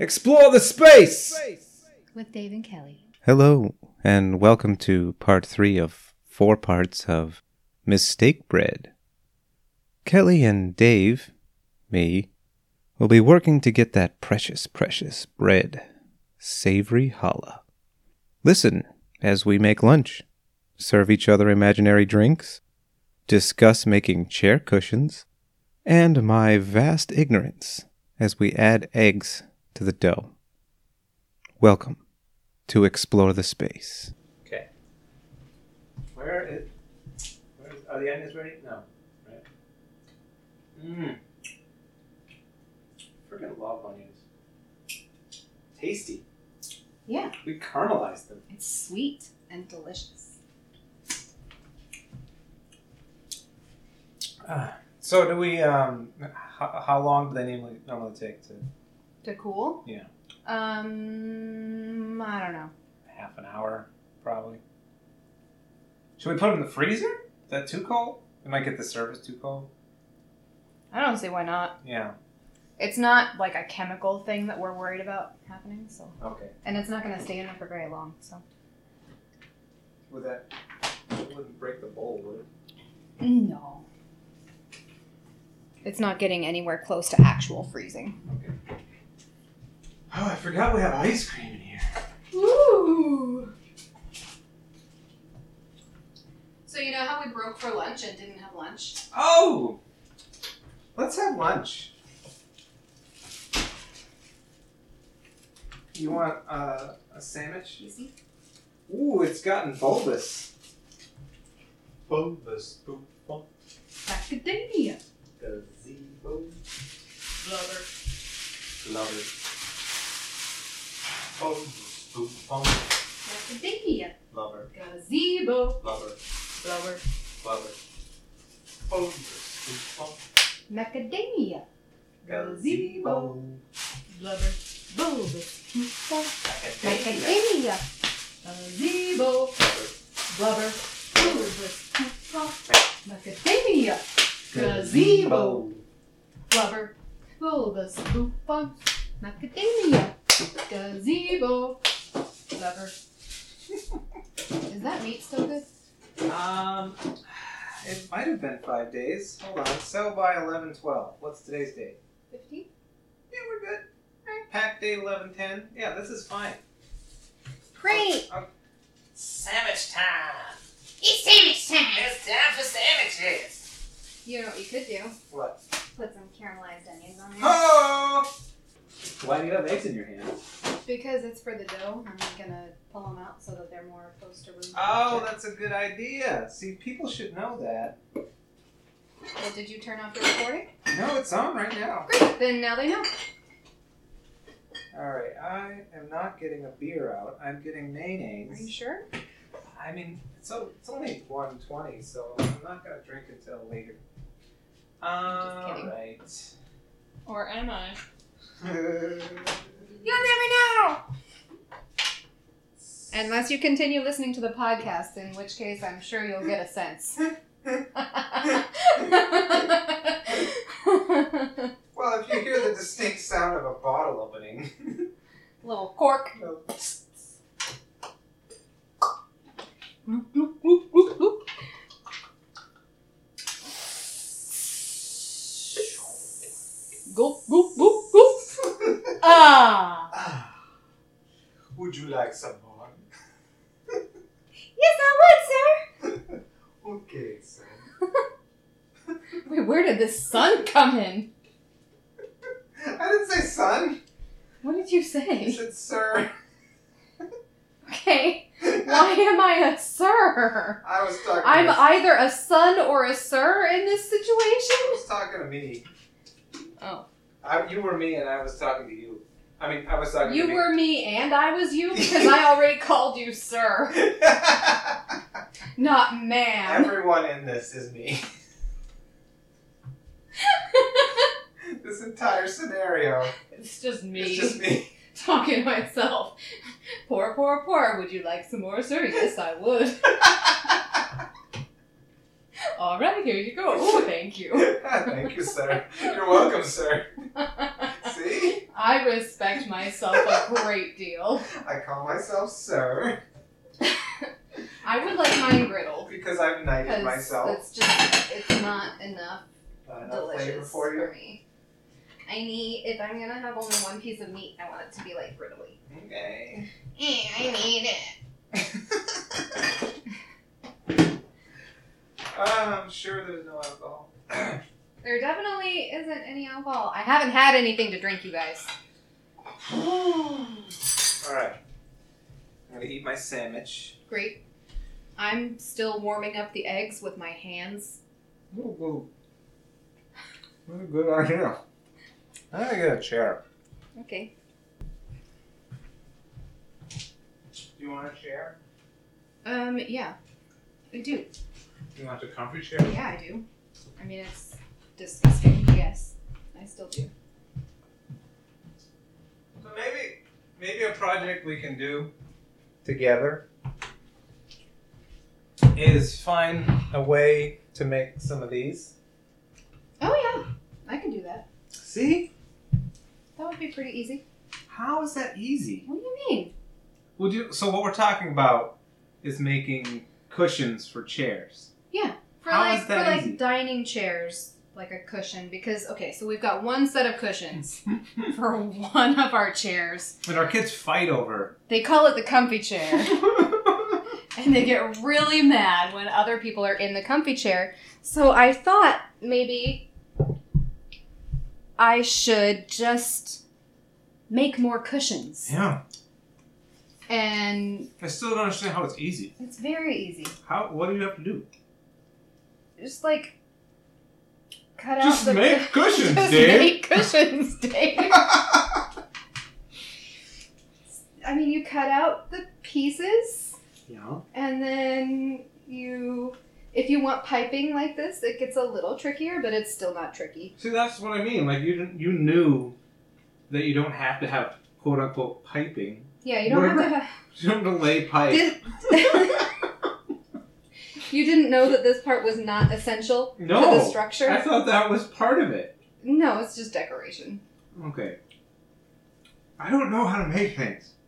Explore the space! with Dave and Kelly. Hello, and welcome to part three of four parts of Mistake Bread. Kelly and Dave, me, will be working to get that precious, precious bread. Savory challah. Listen as we make lunch, serve each other imaginary drinks, discuss making chair cushions, and my vast ignorance as we add eggs to the dough. Welcome to explore the space. Okay. Where is, where is. Are the onions ready? No. Right? Mmm. Freaking love onions. Tasty. Yeah, We caramelized them. it's sweet and delicious. So, do we. um How, how long do they normally, normally take to. They're cool. Yeah. Um, I don't know. Half an hour, probably. Should we put them in the freezer? Is that too cold? It might get the surface too cold. I don't see why not. Yeah. It's not like a chemical thing that we're worried about happening, so Okay. and it's not going to stay in there for very long. So Would that. It wouldn't break the bowl, would it? no, it's not getting anywhere close to actual freezing. Okay. Oh, I forgot we have ice cream in here. Ooh. So you know how we broke for lunch and didn't have lunch? Oh! Let's have lunch. You want uh, a sandwich? Easy. Ooh, it's gotten bulbous. Bulbous Boopa Macadamia. Gazebo Blubber Blubber Bulbous Boopa Macadamia. Blubber Gazebo. Blubber Blubber. Blubber Bulbous Boopa Macadamia. Gazebo. Gazebo Blubber. Bulbous. Academia Macadamia. Gazebo. Blubber. Bulbous. Macadamia. Gazebo. Blubber. Bulbous. Coupon. Macadamia. Gazebo. Blubber. Is that meat still good? Um, it might have been five days. Hold on. Sell by 11 12. What's today's date? 15? Yeah, we're good. Alright, Pack day 11 10. Yeah, this is fine. Great! Sandwich time! It's sandwich time! It's time for sandwiches! You know what you could do? What? Put some caramelized onions on there. Oh! Why do you have eggs in your hand? Because it's for the dough, I'm gonna pull them out so that they're more close to room. Oh, temperature. that's a good idea. See, people should know that. Well, did you turn off the recording? No, it's on right now. Great. Then now they know. All right, I am not getting a beer out. I'm getting Are you mayonnaise. sure? I mean, so it's only 120, so I'm not gonna drink until later. All kidding. right. Or am I? All You'll never know. Unless you continue listening to the podcast, in which case I'm sure you'll get a sense. Well, if you hear the distinct sound of a bottle opening, Little cork. you'll- Bloop, bloop, bloop, bloop, bloop. Go, go, go, go. Ah. Ah, Would you like some more? Yes, I Okay, sir. would, sir. Wait, where did this sun come in? I didn't say son. What did you I say? said sir. Okay. Why am I a sir? I was talking. I'm to, either a son or a sir in this I situation. was talking to me. Oh. I, you were me, and I was talking to you. I mean, I was talking. to You me. were me and I was you because I already called you sir, not ma'am. Everyone in this is me. this entire scenario It's just is me just me. talking to myself. Poor, poor, poor. Would you like some more, sir? Yes, I would. All right, here you go. Oh, thank you. Thank you, sir. You're welcome, sir. See? I respect myself a great deal. I call myself sir I would like mine griddled. because I've knighted Because myself. that's just, it's not enough Not enough flavor delicious for you. me. I need, if I'm gonna have only one piece of meat, I want it to be like griddly. Okay. Eh, I need it. I'm sure there's no alcohol. There definitely isn't any alcohol. I haven't had anything to drink, you guys. All right. I'm gonna eat my sandwich. Great. I'm still warming up the eggs with my hands. Ooh, ooh. What a good idea. I'm gonna get a chair. Okay. Do you want a chair? Um, yeah. I do. You want a comfy chair? Yeah, I do. I mean, it's disgusting. Yes, I still do. So maybe maybe a project we can do together is find a way to make some of these. Oh, yeah. I can do that. See? That would be pretty easy. How is that easy? What do you mean? Would you so what we're talking about is making cushions for chairs. For How like is for that like easy? dining chairs, like a cushion because okay, so we've got one set of cushions for one of our chairs. But our kids fight over. They call it the comfy chair. and they get really mad when other people are in the comfy chair. So I thought maybe I should just make more cushions. yeah. And I still don't understand how it's easy. it's very easy. How what do you have to do? Just like cut Just out the make cushions, Just Dave. make cushions, Dave. I mean, you cut out the pieces Yeah. and then you if you want piping like this, it gets a little trickier, but it's still not tricky. See, that's what I mean. Like you, didn't- you knew that you don't have to have quote unquote piping. Yeah, you don't have to have. You don't have to lay pipe. you didn't know that this part was not essential to the no, structure. I thought that was part of it. no, it's just decoration. Okay. I don't know how to make things.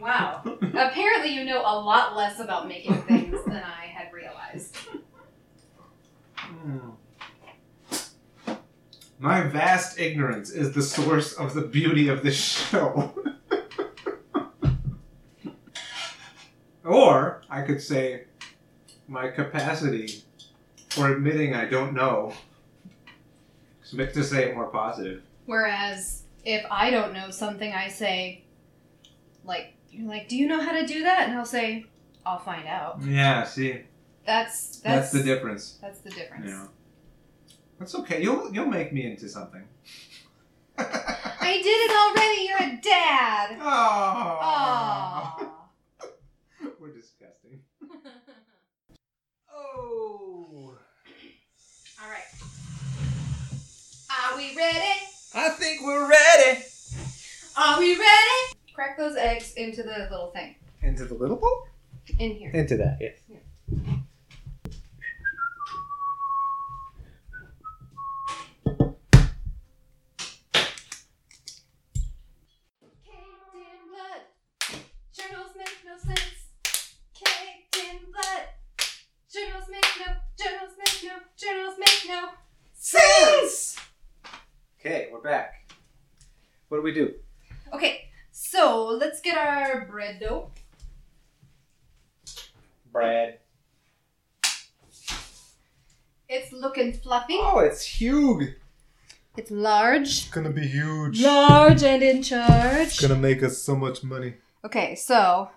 Wow. Apparently, you know a lot less about making things than I had realized. Hmm. My vast ignorance is the source of the beauty of this show. or I could say my capacity for admitting I don't know. Just make- To say it more positive. Whereas, if I don't know something, I say, like, you're like, do you know how to do that? And I'll say, I'll find out. Yeah, see, that's, That's that's, the difference. that's the difference. Yeah, that's okay. You'll you'll make me into something. I did it already. You're a dad. Oh, Aww. we're disgusting. Oh, All right. Are we ready? I think we're ready. Are we ready? Crack those eggs into the little thing Into the little bowl? in here. Into that, yes. Caked in blood. Journals make no sense. Caked in blood. Journals make no. Journals make no. Journals make no. Sense! Okay, we're back. What do we do? Okay, so let's get our bread dough. Brad. It's looking fluffy. Oh, it's huge. It's large. It's gonna be huge. Large and in charge. make us so much money. Okay, so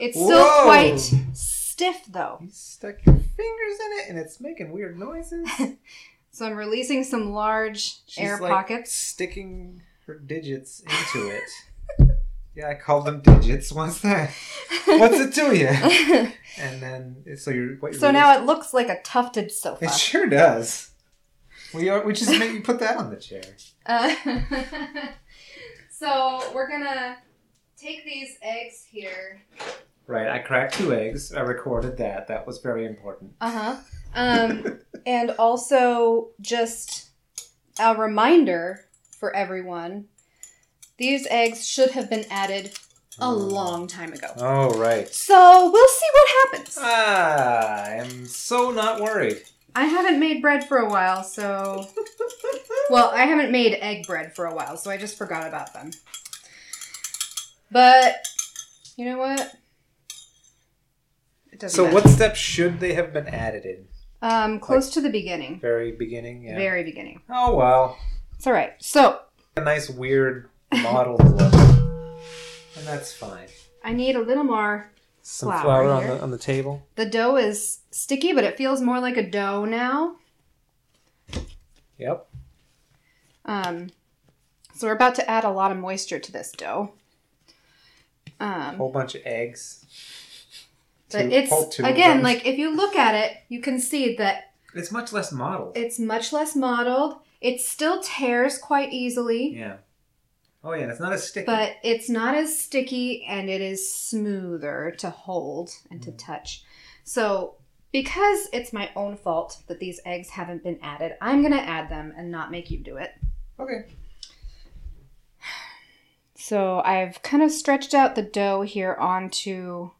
it's Whoa! still quite stiff though. You stuck your fingers in it and it's making weird noises. So I'm releasing some large She's air like pockets. Sticking her digits into it. yeah, I call them digits. What's that? What's it to you? so And then, so you're. What you're now it looks like a tufted sofa. It sure does. We are. We just make you put that on the chair. Uh, so we're gonna take these eggs here. Right. I cracked two eggs. I recorded that. That was very important. Uh huh. Um, and also just a reminder for everyone. These eggs should have been added a long time ago. Oh, right. So we'll see what happens. Ah, I'm so not worried. I haven't made bread for a while, so. well, I haven't made egg bread for a while, so I just forgot about them. But, you know what? It doesn't So, matter. what step should they have been added in? Um, close to the beginning. Very beginning? Yeah. Very beginning. Oh, well. It's alright. So, A nice, weird model to look. And that's fine. I need a little more. Some Flour flour, on, here. the, on the table. The dough is sticky, but it feels more like a dough now. Yep. Um, so, we're about to add a lot of moisture to this dough. Um, whole bunch of eggs. But Two- whole it's two of again them. like if you look at it, you can see that It's much less modeled. it's much less modeled. It still tears quite easily, Yeah. Oh, yeah, and it's not as sticky. but it's not as sticky and it is smoother to hold and to touch. So, because it's my own fault that these eggs haven't been added, I'm going to add them and not make you do it. Okay. So, I've kind of stretched out the dough here onto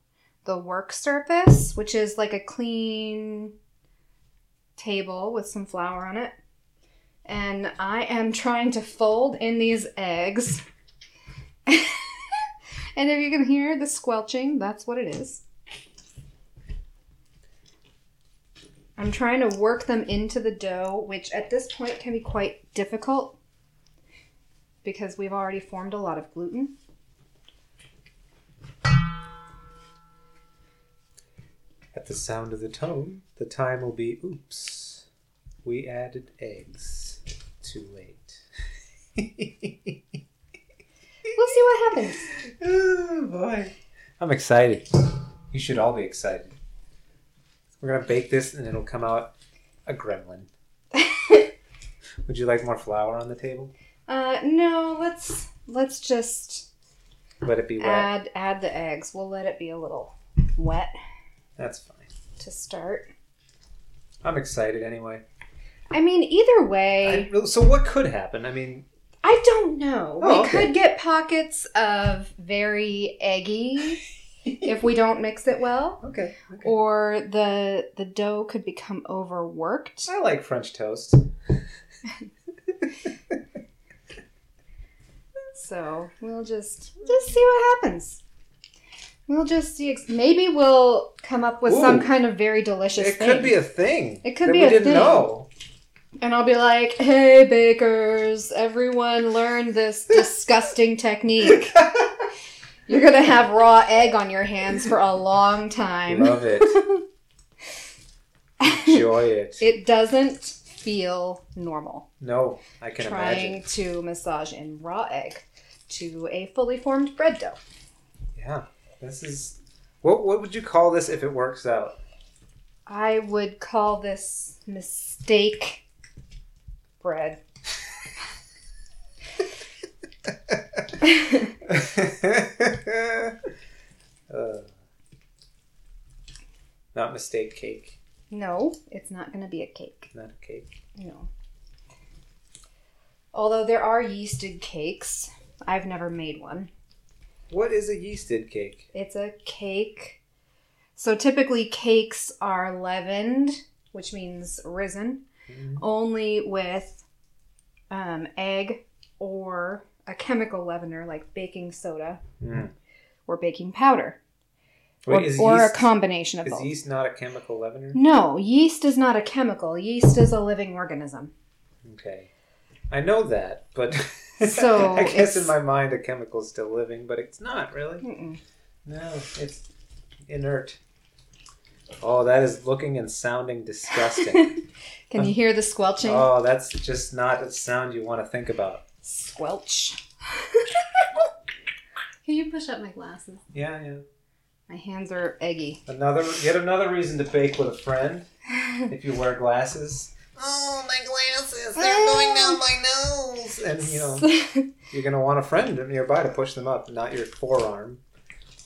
the work surface, which is like a clean table with some flour on it. And I am trying to fold in these eggs. and if you can hear the squelching, that's what it is. I'm trying to work them into the dough, which at this point can be quite difficult because we've already formed a lot of gluten. At the sound of the tone, the time will be oops. We added eggs. Too late. We'll see what happens. oh boy. I'm excited. You should all be excited. We're gonna bake this and it'll come out a gremlin. Would you like more flour on the table? Uh, no, let's let's just Let it be wet. add add the eggs. We'll let it be a little wet That's fine. to start. I'm excited anyway. I mean, either way, I, so what could happen? I mean, I, don't know. Oh, we okay. could get pockets of very eggy if we don't mix it well, okay. okay. or the the dough could become overworked. I like French toast. So we'll just just see what happens. We'll just see. ex- Maybe we'll come up with some Ooh. kind of very delicious It thing. could be a thing. It could that be we a didn't thing. know. And I'll be like, hey, bakers, everyone learn this disgusting technique. You're going to have raw egg on your hands for a long time. Love it. Enjoy it. It doesn't feel normal No, I can trying imagine. to massage in raw egg to a fully formed bread dough. Yeah, this is. What what would you call this if it works out? I would call this mistake bread. Uh, not mistake cake, No, it's not going to be a cake. not a cake. No. Although there are yeasted cakes, I've never made one. What is a yeasted cake? It's a cake. So typically, cakes are leavened, which means risen, Mm-hmm. only with um, egg or a chemical leavener like baking soda Mm. or baking powder, Wait, or, is or yeast, a combination of is both. yeast not a chemical leavener? No, yeast is not a chemical. Yeast is a living organism. Okay, I know that, but So, I guess in it's- my mind a chemical is still living, but it's not really. Mm-mm. No, it's inert. Oh, that is looking and sounding disgusting. Can you Uh, hear the squelching? oh, that's just not a sound you want to think about. Squelch. Can you push up my glasses? Yeah, yeah. My hands are eggy. Another, yet another reason to bake with a friend if you wear glasses. Oh, my glasses! They're going down my nose. And you know you're gonna want a friend nearby to push them up, not your forearm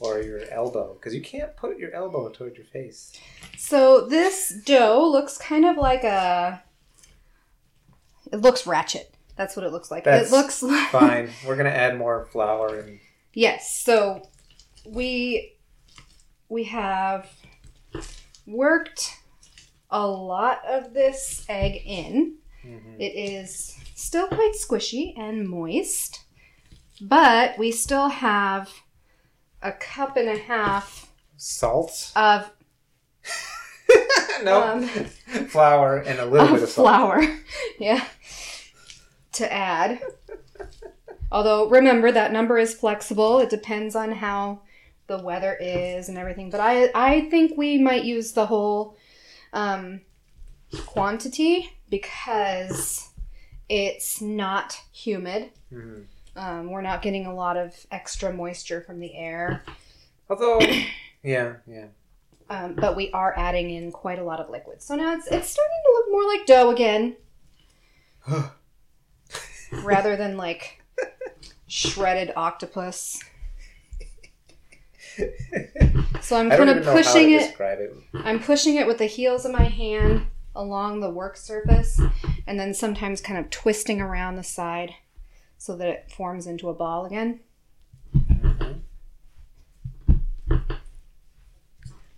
or your elbow, because you can't put your elbow toward your face. so this dough looks kind of like a. It looks ratchet. That's what it looks like. That's it looks like Fine. We're gonna add more flour and Yes. So we we have worked a lot of this egg in. mhm. It is still quite squishy and moist, but we still have a cup and a half salt. of, no, um, flour and a little bit of of salt. flour. yeah. To add. Although, remember that number is flexible. It depends on how the weather is and everything. But I, I think we might use the whole um, quantity because it's not humid. Mhm. Um, we're not getting a lot of extra moisture from the air. Although, yeah, yeah. Um, but we are adding in quite a lot of liquid. So now it's, it's starting to look more like dough again. rather than like shredded octopus. So I'm I don't even kind of know how to pushing it. describe it. I'm pushing it with the heels of my hand along the work surface, and then sometimes kind of twisting around the side so that it forms into a ball again. Mm-hmm.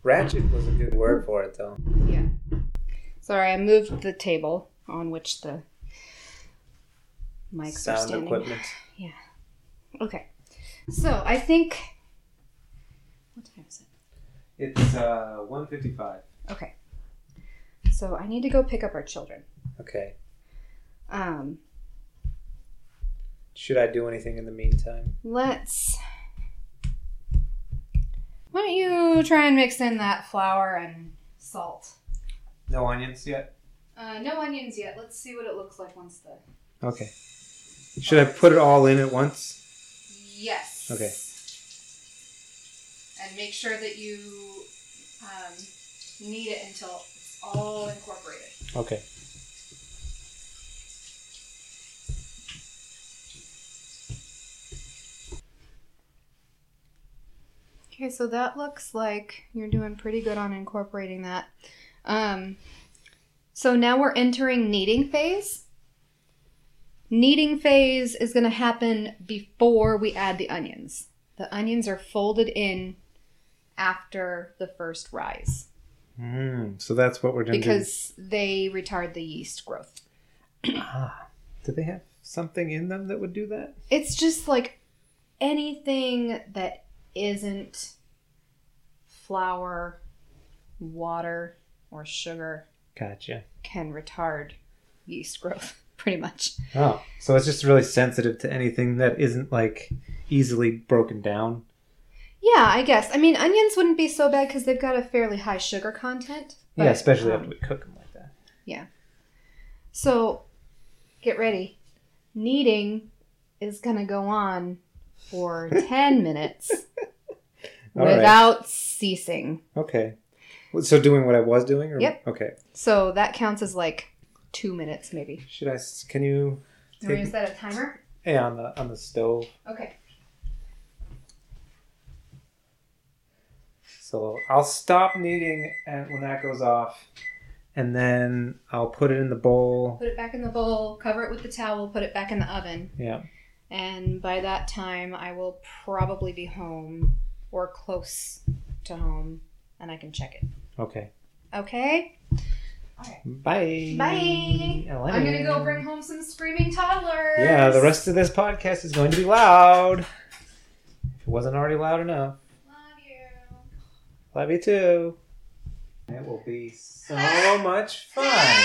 Ratchet was a good word for it, though. Yeah. Sorry, I moved the table on which the mics are Sound standing. equipment. Okay. So I think. What time is it? It's uh, 155. Okay. So I need to go pick up our children. Okay. Um, Should I do anything in the meantime? let's. Why don't you try and mix in that flour and salt? No onions yet? Uh, no onions yet. Let's see what it looks like once the. Okay. Should I put it all in at once? Yes. Okay. And make sure that you um, knead it until it's all incorporated. Okay. Okay, so that looks like you're doing pretty good on incorporating that. Um, so now we're entering kneading phase. Kneading phase is going to happen before we add the onions. The onions are folded in after the first rise Mm, so that's what we're doing. because they retard the yeast growth. Ah, do they have something in them that would do that? It's just like anything that isn't flour, water, or sugar Gotcha. can retard yeast growth pretty much Oh, so it's just really sensitive to anything that isn't like easily broken down. yeah i guess i mean onions wouldn't be so bad because they've got a fairly high sugar content but, yeah, especially um, after we cook them like that. so get ready kneading is gonna go on for 10 minutes All right. without ceasing Okay. Well, So doing what I was doing, or Yep. Okay. so that counts as like two minutes maybe Should I? s- Can you? or is Take, that a timer yeah, on the on the stove. okay So I'll stop kneading and when that goes off, and then I'll put it in the bowl. put it back in the bowl cover it with the towel put it back in the oven Yeah. And by that time, I will probably be home or close to home and I can check it. Okay. Okay? Bye. Bye. Elena. I'm gonna go bring home some screaming toddlers. Yeah, the rest of this podcast is going to be loud. If it wasn't already loud enough, Love you. love you too. It will be so So much fun.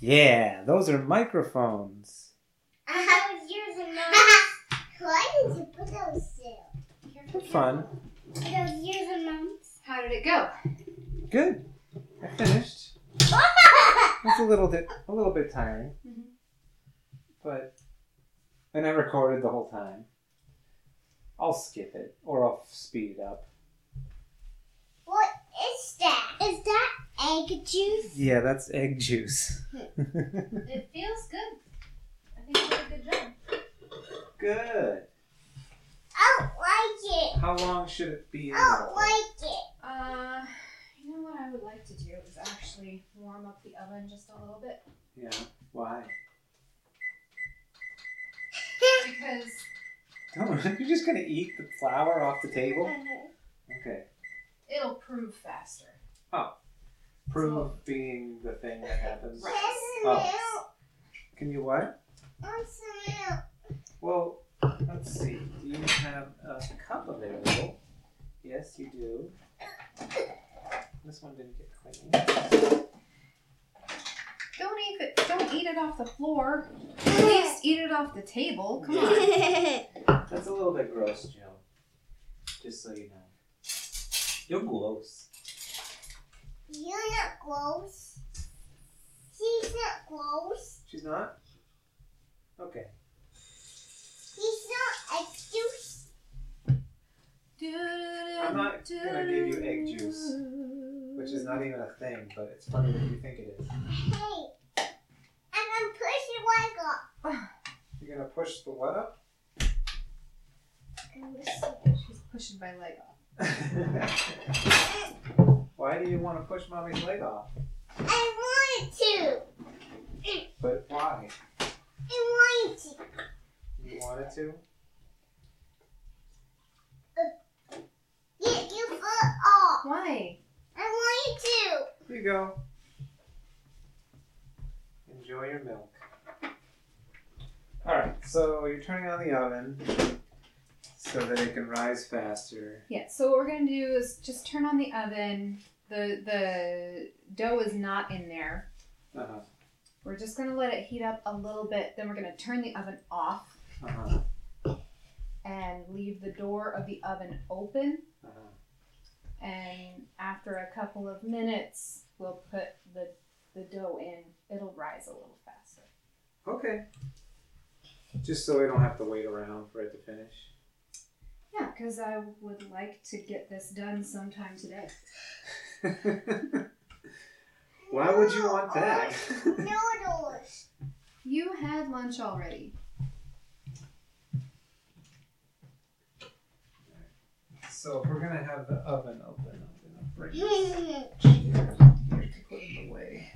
Yeah, those are microphones. I was using mine. Why did you put those there? They're fun. I was using mom's. How did it go? Good. I finished. It's a little bit, a little bit tiring, Mhm. but and I recorded the whole time. I'll skip it or I'll speed it up. What is that? Is that egg juice? Yeah, that's egg juice. It feels good. I think you did a good job. Good. I don't like it. How long should it be? In I don't the like it. Uh, you know what I would like to do is actually warm up the oven just a little bit. yeah. Why? because Don't, you're just gonna eat the flour off the table? Uh-huh. Okay. it'll prove faster. Prove being the thing that happens. Right. Where's Can you what? the milk? Where's the milk? Well, let's see. Do you have a cup available? Yes, you do. This one didn't get clean. Don't eat it. Don't eat it off the floor. At least eat it off the table. Come on. That's a little bit gross, Jill. Just so you know. You're gross. You're not gross. He's not gross. She's not? Okay. He's not a juice. I'm not gonna give you egg juice, which is not even a thing, but it's funny that you think it is. Hey, I'm gonna push your leg up. You're gonna push the what up? She's pushing my leg off. Why do you want to push mommy's leg off? I wanted to. But why? I wanted to. You wanted to? Get your foot off. Why? I wanted to. Here you go. Enjoy your milk. Alright, so you're turning on the oven so that it can rise faster. Yeah, so what we're gonna do is just turn on the oven. The the dough is not in there. Uh-huh. We're just gonna let it heat up a little bit, then we're gonna turn the oven off Uh-huh. and leave the door of the oven open. Uh-huh. And after a couple of minutes, we'll put the the dough in. It'll rise a little faster. Okay. Just so we don't have to wait around for it to finish. Yeah, because I would like to get this done sometime today. Why would you want that? Noodles. You had lunch already. so if we're gonna have the oven open, I'm gonna bring this How here to put in the way.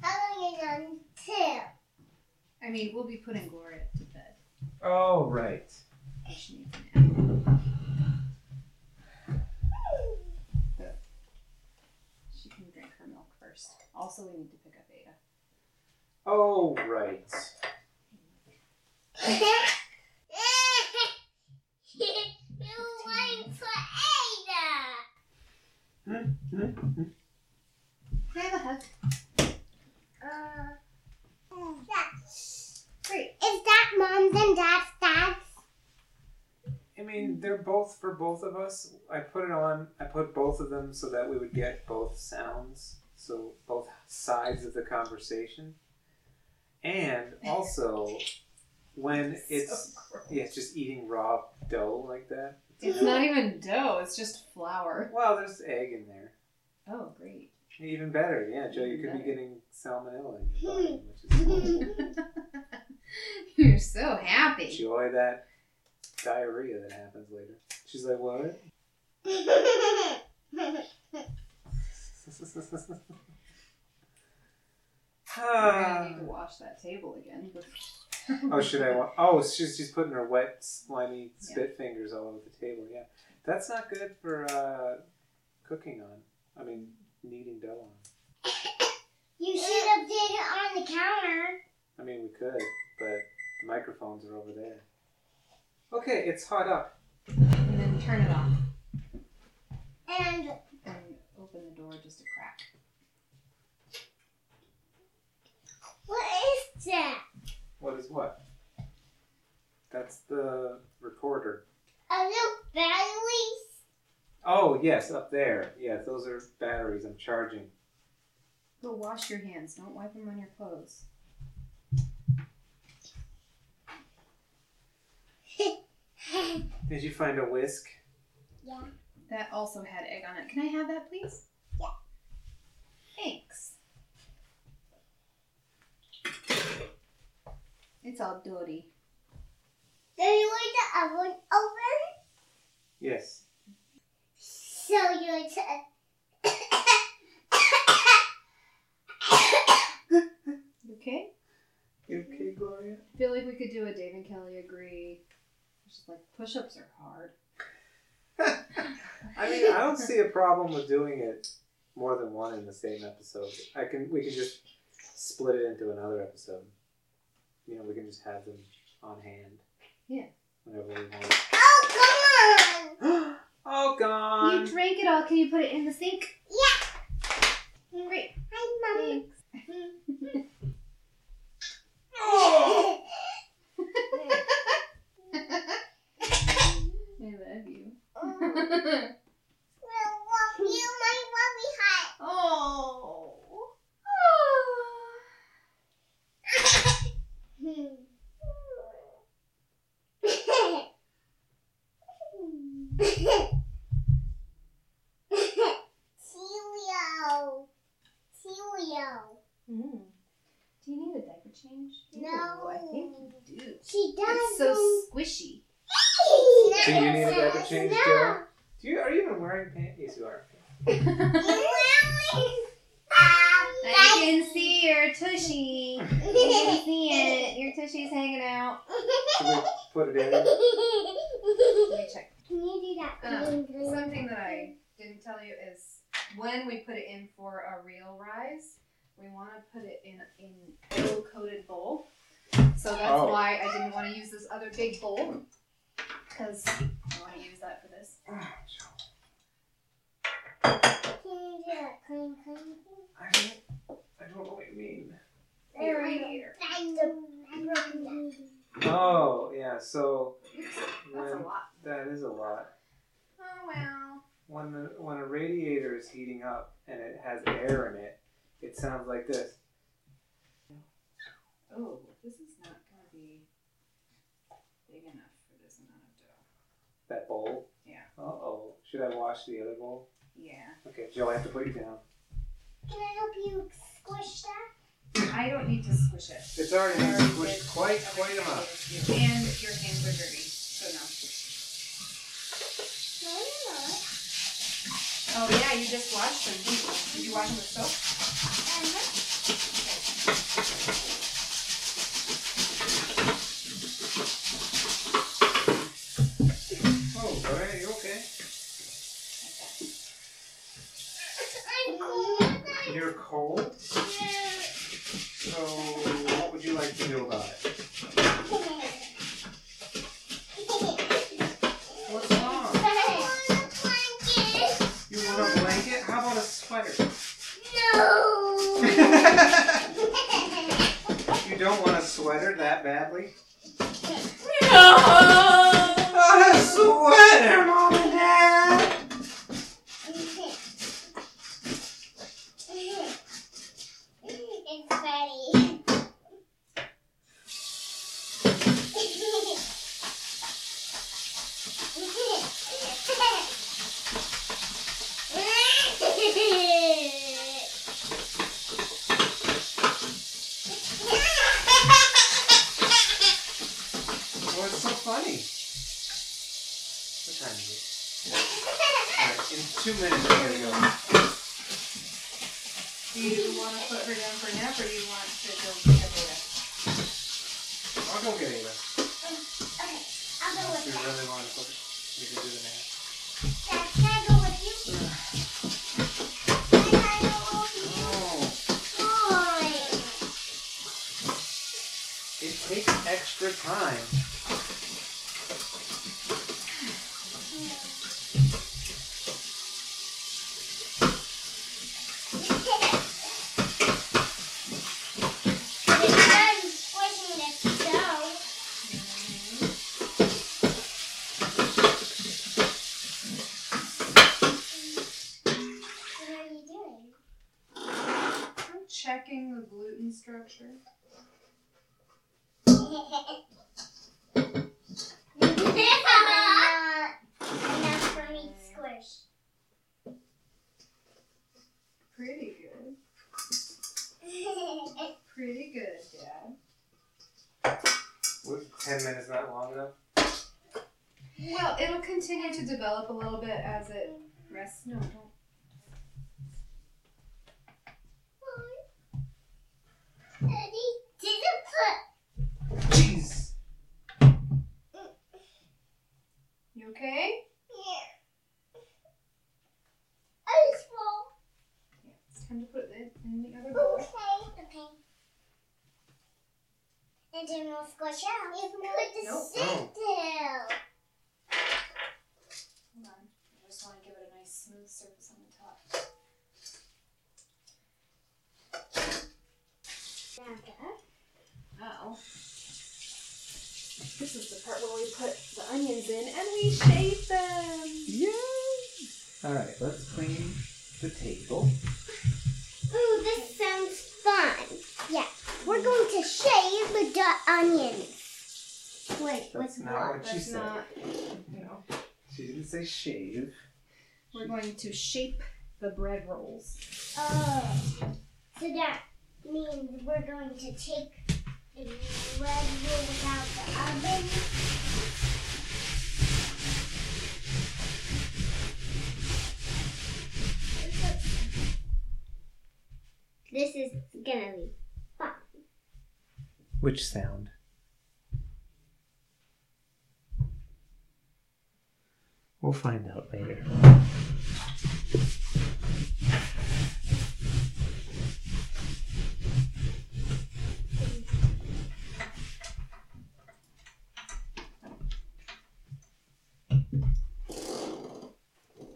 long is until? I mean, we'll be putting Gloria to bed. Oh, Oh right. She needs a nap. She can drink her milk first. Also, we need to pick up Ada. Oh right. You're waiting for Ada. Can I have a hug? Uh, Great. Is that mom's and dad's dad's? I mean, they're both for both of us. I put it on. I put both of them so that we would get both sounds, so both sides of the conversation. And also, when it's yeah, it's just eating raw dough like that. It's not even dough, it's just flour. Well, there's egg in there. Oh, great. Even better, yeah, Joe. You Even could be better. Hmm. getting salmonella in your body, which is You're so happy. enjoy that diarrhea that happens later. She's like, what? We're gonna Ah. need to wash that table again. oh, should I? Wa- oh, she's she's putting her wet, slimy spit fingers all over the table. Yeah, that's not good for uh, cooking on. I mean, kneading dough on. you should have did it on the counter. I mean, we could, but the microphones are over there. Okay, it's hot up. And then turn it off And and open the door just a crack. what is that? What is what? That's the recorder. A little batteries? Oh yes, up there. Yeah, those are batteries. I'm charging. Go wash your hands. Don't wipe them on your clothes. Did you find a whisk? yeah. That also had egg on it. Can I have that, please? Yeah. Thanks. It's all dirty. So you leave the oven open? Yes. So you t- You okay? You okay, Gloria? I feel like we could do a Dave and Kelly agree. Just like push ups are hard. I mean, I don't see a problem with doing it more than one in the same episode. I can we can just split it into another episode. You know, we can just have them on hand. Yeah. Whenever we want. Oh, come on! oh You gone. drank it all. Can you put it in the sink? Yeah. Great. Hi, Mommy. Thanks. Oh. I love you. Hmm. Well, well, you might want me hot. oh. Cheerio. Cheerio. Mm. Do you need a diaper change? No. Ooh, I think you do. She does. It's so squishy. Do you need a diaper change, No. Joe? Do you are you even wearing panties? You are. You I really? can see your tushy. You can see it. Your tushy's hanging out. Should we put it in? Let me Can check. you do that? Um, green, Something that I didn't tell you is when we put it in for a real rise, we want to put it in an oil coated bowl. So that's Oh. why I didn't want to use this other big bowl because I want to use that for this. Can you do that? Clean, clean, clean. I don't I don't know what you mean. Here, right here. Find the Oh, yeah, so That's a when lot. that is a lot. Oh well. When the, when a radiator is heating up and it has air in it, it sounds like this. Oh, this is not gonna be big enough for this amount of dough. That bowl. Yeah. Uh oh. Should I wash the other bowl? Yeah. Okay, Joe, I have to put you down. Can I help you squish that? I don't need to squish it. It's already been squished quite, quite And enough. your hands are dirty, so no. No, you're not. Oh yeah, you just washed them. didn't you? Did you wash them with soap? Uh-huh. Oh, Gloria, you okay? I'm cold. You're cold, so what would you like to do about it? What's wrong? You want a blanket? How about a sweater? you don't want a sweater that badly? Not a sweater, Mom and Dad! It's funny. What's so funny? What time is it? Alright, in two minutes we gotta go. Do you want to put her down for a nap, or do you want to go get her rest? I'll go get Ava. I'll go If you with that. really want to put it, you can do the nap. Dad, can I go with you? Can I go with you? Oh, Boy. it takes extra time. I'm checking the gluten structure. Pretty good. Pretty good, Dad. Was ten minutes not long enough? Well, it'll continue to develop a little bit as it rests. No, don't. Daddy, did it Jeez. You okay? It's time to put it in the other bowl. And then we'll squash out. It's more Nope. to sit down. Hold on. I just want to give it a nice smooth surface on the top. Now, this is the part where we put the onions in and we shave them. All right, let's clean the table. Ooh, this sounds fun. Yeah. We're going to shave the onions. Wait, what's That's not wrong? what she That's said. not, you know, She didn't say shave. we're going to shape the bread rolls. Oh. So that means we're going to take the red rolls out the oven. This is gonna be fun. Which sound? We'll find out later.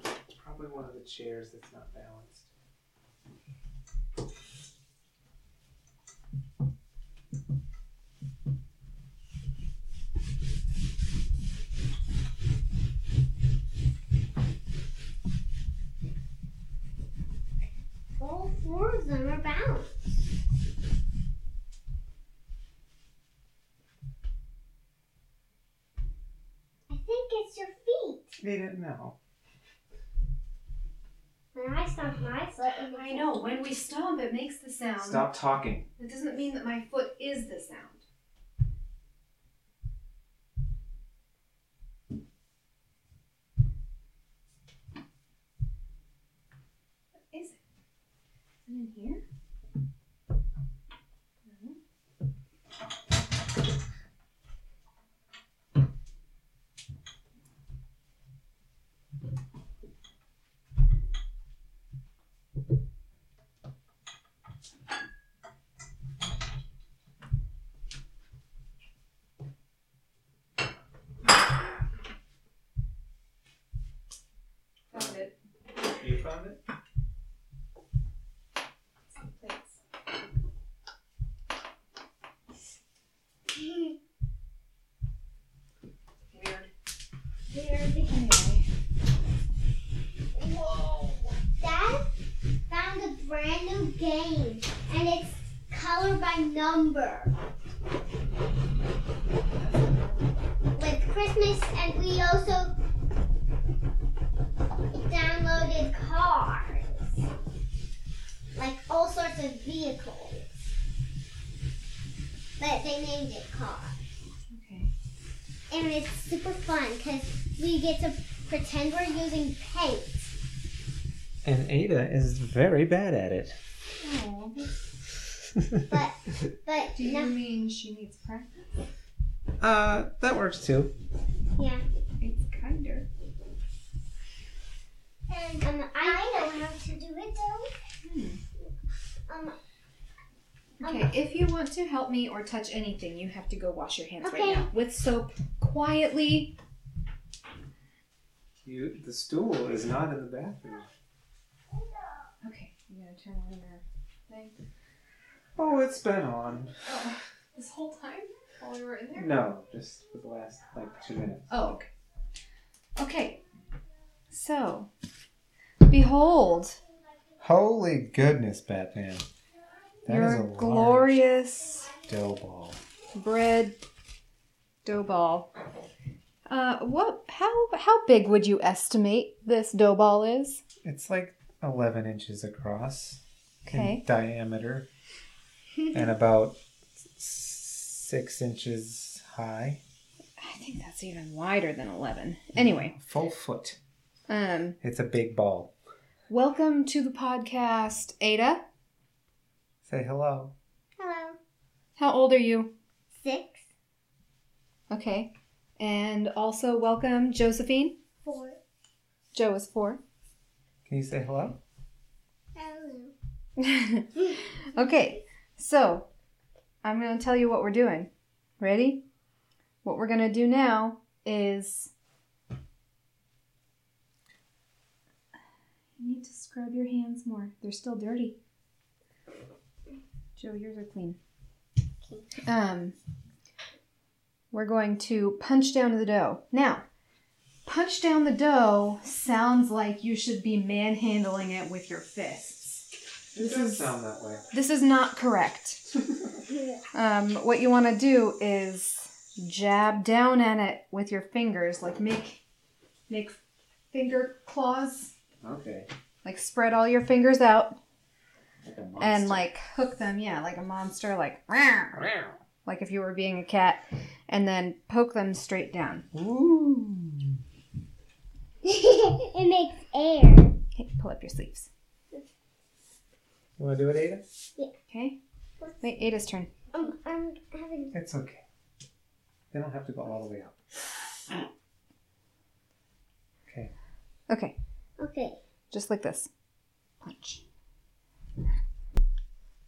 It's Probably one of the chairs that's not balanced. All four of them are balanced. I think it's your feet. They didn't know. When I stomp my foot, it was I know, when we stomp, it makes the sound. Stop talking. It doesn't mean that my foot is the sound. What is it? Is it in here? No. Found it. You found it? It's in place. Mm. Weird. Whoa! Dad found a brand new game, and it's color by number. With Christmas, and we also downloaded cars, like all sorts of vehicles. But they named it car. Okay. And it's super fun because we get to pretend we're using paint. And Ada is very bad at it. Oh, But but do you no, mean she needs practice? Uh, that works too. yeah. It's kinder. And um, I, know how to do it though. Um, Okay, if you want to help me or touch anything, you have to go wash your hands Okay. right now with soap quietly. You, the stool is not in the bathroom. Okay, you gotta turn on the thing. Oh, it's been on. Oh, this whole time while we were in there? No, just for the last like two minutes. Oh, okay. Okay, so behold Holy goodness, Batman! That is Your glorious large dough ball. bread dough ball. Uh, what? How how big would you estimate this dough ball is? It's like eleven inches across Okay. in diameter, and about s- six inches high. I think that's even wider than eleven. Anyway, Full foot. um, It's a big ball. welcome to the podcast, Ada. Say hello. hello. How old are you? Six, Okay. And also welcome Josephine. four, Joe is four. Can you say hello? hello. okay, so I'm going to tell you what we're doing. Ready? What we're going to do now is. You need to scrub your hands more. They're still dirty. Joe, yours are clean. Um, we're going to punch down the dough. Now, punch down the dough sounds like you should be manhandling it with your fists. It does sound that way. This is not correct. um, what you want to do is jab down at it with your fingers, like make make finger claws, Okay. like spread all your fingers out Like a and like hook them, yeah, like a monster, like like if you were being a cat, and then poke them straight down. it makes air. Okay, pull up your sleeves. You want to do it, Ada? Okay. Wait, Ada's turn. Um, I'm having. It's okay. They don't have to go all the way up. Okay, Okay. just like this. Punch.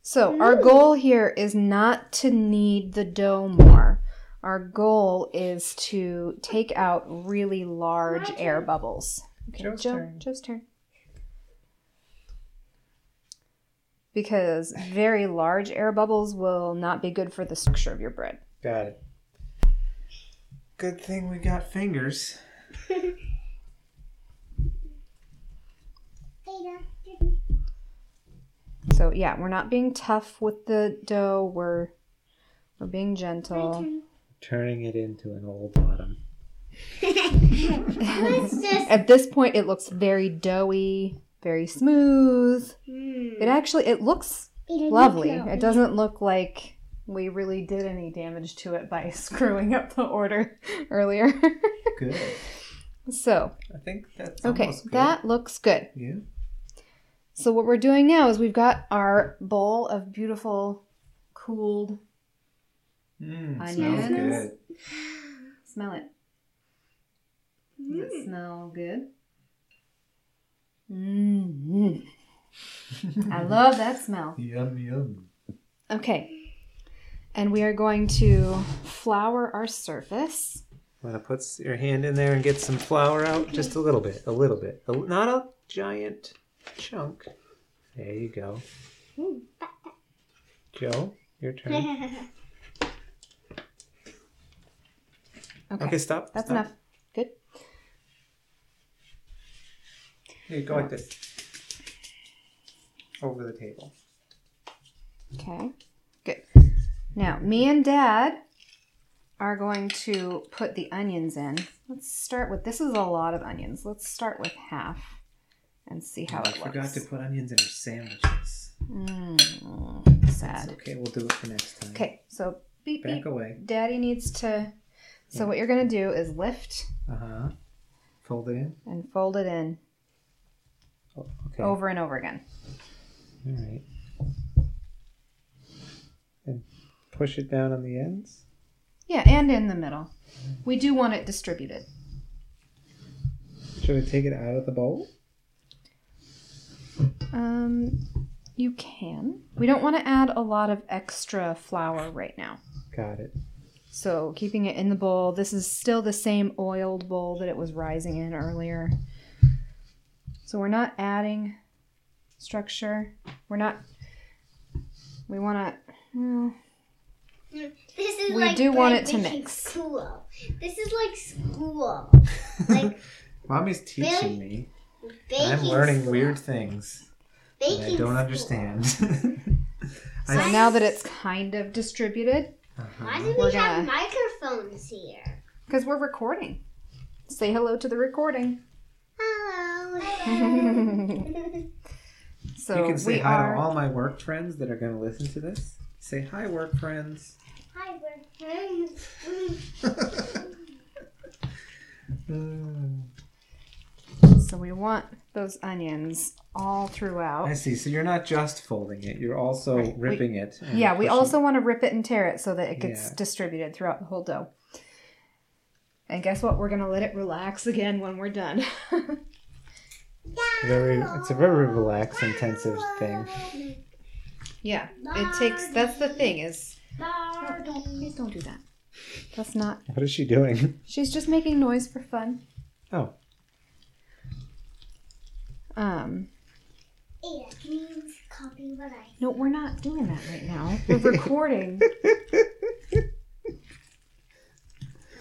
So, our goal here is not to knead the dough more. Our goal is to take out really large air bubbles. Okay, Joe's Joe, turn. Joe's turn. Because very large air bubbles will not be good for the structure of your bread. Got it. Good thing we got fingers. Ada, So, yeah, we're not being tough with the dough. We're we're being gentle. Turning it into an old bottom. let's just. At this point, it looks very doughy, very smooth. Hmm. It actually it looks Ada, you lovely. know. It doesn't look like we really did any damage to it by screwing up the order earlier. Good. so, I think that's okay, almost good. that looks good. Yeah. So what we're doing now is we've got our bowl of beautiful cooled Mm, Onions. smells good. smell it. Does it smell good? mm I love that smell. Yum yum. Okay. And we are going to flour our surface. Want to put s- your hand in there and get some flour out? Just a little bit, a little bit, a, not a giant chunk. There you go. Joe, your turn. Okay. Okay, stop. That's stop. enough. Good. Here, go like this. Over the table. Okay. Good. Now, me and Dad are going to put the onions in. Let's start with this is a lot of onions. Let's start with half and see how I it looks. forgot to put onions in our sandwiches. Mm, It's sad. okay, we'll do it for next time. Okay, so beep Back beep. away. Daddy needs to. So, what you're going to do is lift Uh huh. Fold it in. and fold it in Oh, okay. All over and over again. right. And push it down on the ends. Yeah, and in the middle. We do want it distributed. Should we take it out of the bowl? Um, you can. We don't want to add a lot of extra flour right now. Got it. So keeping it in the bowl. This is still the same oiled bowl that it was rising in earlier. So we're not adding structure. We're not. We want to. Well, This is We like do want bread it to making mix. School. This is like school. Like Mommy's teaching Really? me. baking. I'm learning school. weird things Baking. that I school. don't understand. so I- now that it's kind of distributed, Why do We're we gonna- have microphones here? because we're recording. Say hello to the recording. Hello. so you can say we hi are. to all my work friends that are going to listen to this. Say hi, work friends. Hi, we're friends. Mm. So we want those onions all throughout. I see. So you're not just folding it; you're also Right, we- ripping it. and Yeah, we pushing- also want to rip it and tear it so that it gets Yeah. distributed throughout the whole dough. And guess what? We're gonna let it relax again when we're done. Very, it's a very relaxed, intensive thing. yeah, it takes. That's the thing is. No, don't please don't do that. That's not. What is she doing? She's just making noise for fun. Oh. Um. Ada, can you copy what I No, we're not doing that right now. We're recording.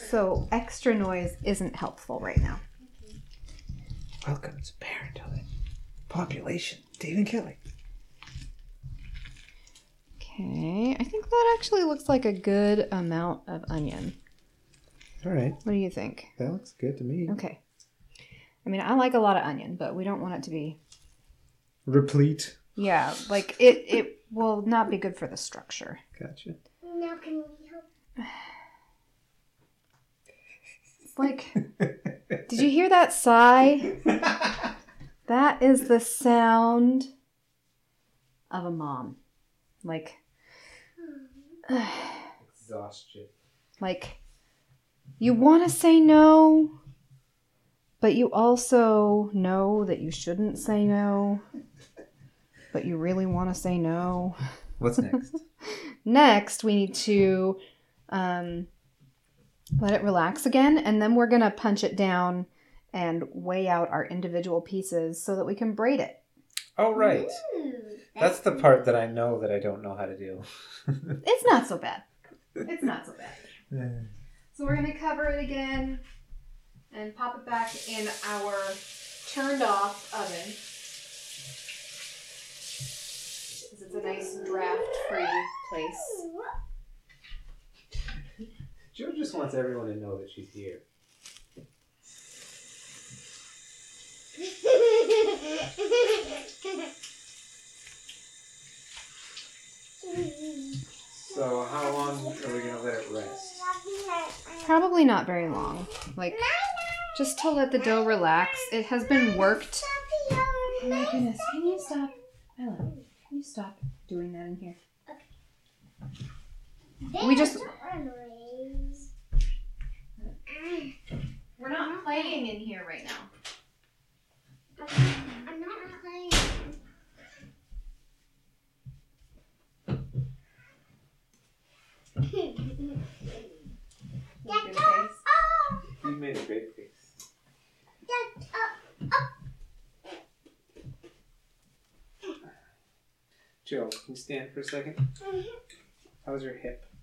so extra noise isn't helpful right now. Welcome to parenthood. Population. Dave and Kelly. Okay, I think that actually looks like a good amount of onion. All right, What do you think? that looks good to me. Okay. I mean, I like a lot of onion, but we don't want it to be. Replete. Yeah, like it. It will not be good for the structure. Gotcha. now can we help? It's like, did you hear that sigh? that is the sound of a mom, like, Exhaustion. like you want to say no, but you also know that you shouldn't say no, but you really want to say no. What's next? Next, we need to um, let it relax again, and then we're gonna punch it down and weigh out our individual pieces so that we can braid it. oh, right. Ooh, That's the part that I know that I don't know how to do. It's not so bad. It's not so bad. Yeah. So we're gonna cover it again and pop it back in our turned off oven. 'Cause It's a nice draft-free place. Joe just wants everyone to know that she's here. So how long are we gonna let it rest? Probably not very long. Like, just to let the dough relax. It has been worked. Oh my goodness, can you stop? I love you. Can you stop doing that in here? We just- Ah, We're not playing in here right now. I'm not playing. Good face. Oh, You made a big face. that, oh. Joe, can you stand for a second? How's your hip?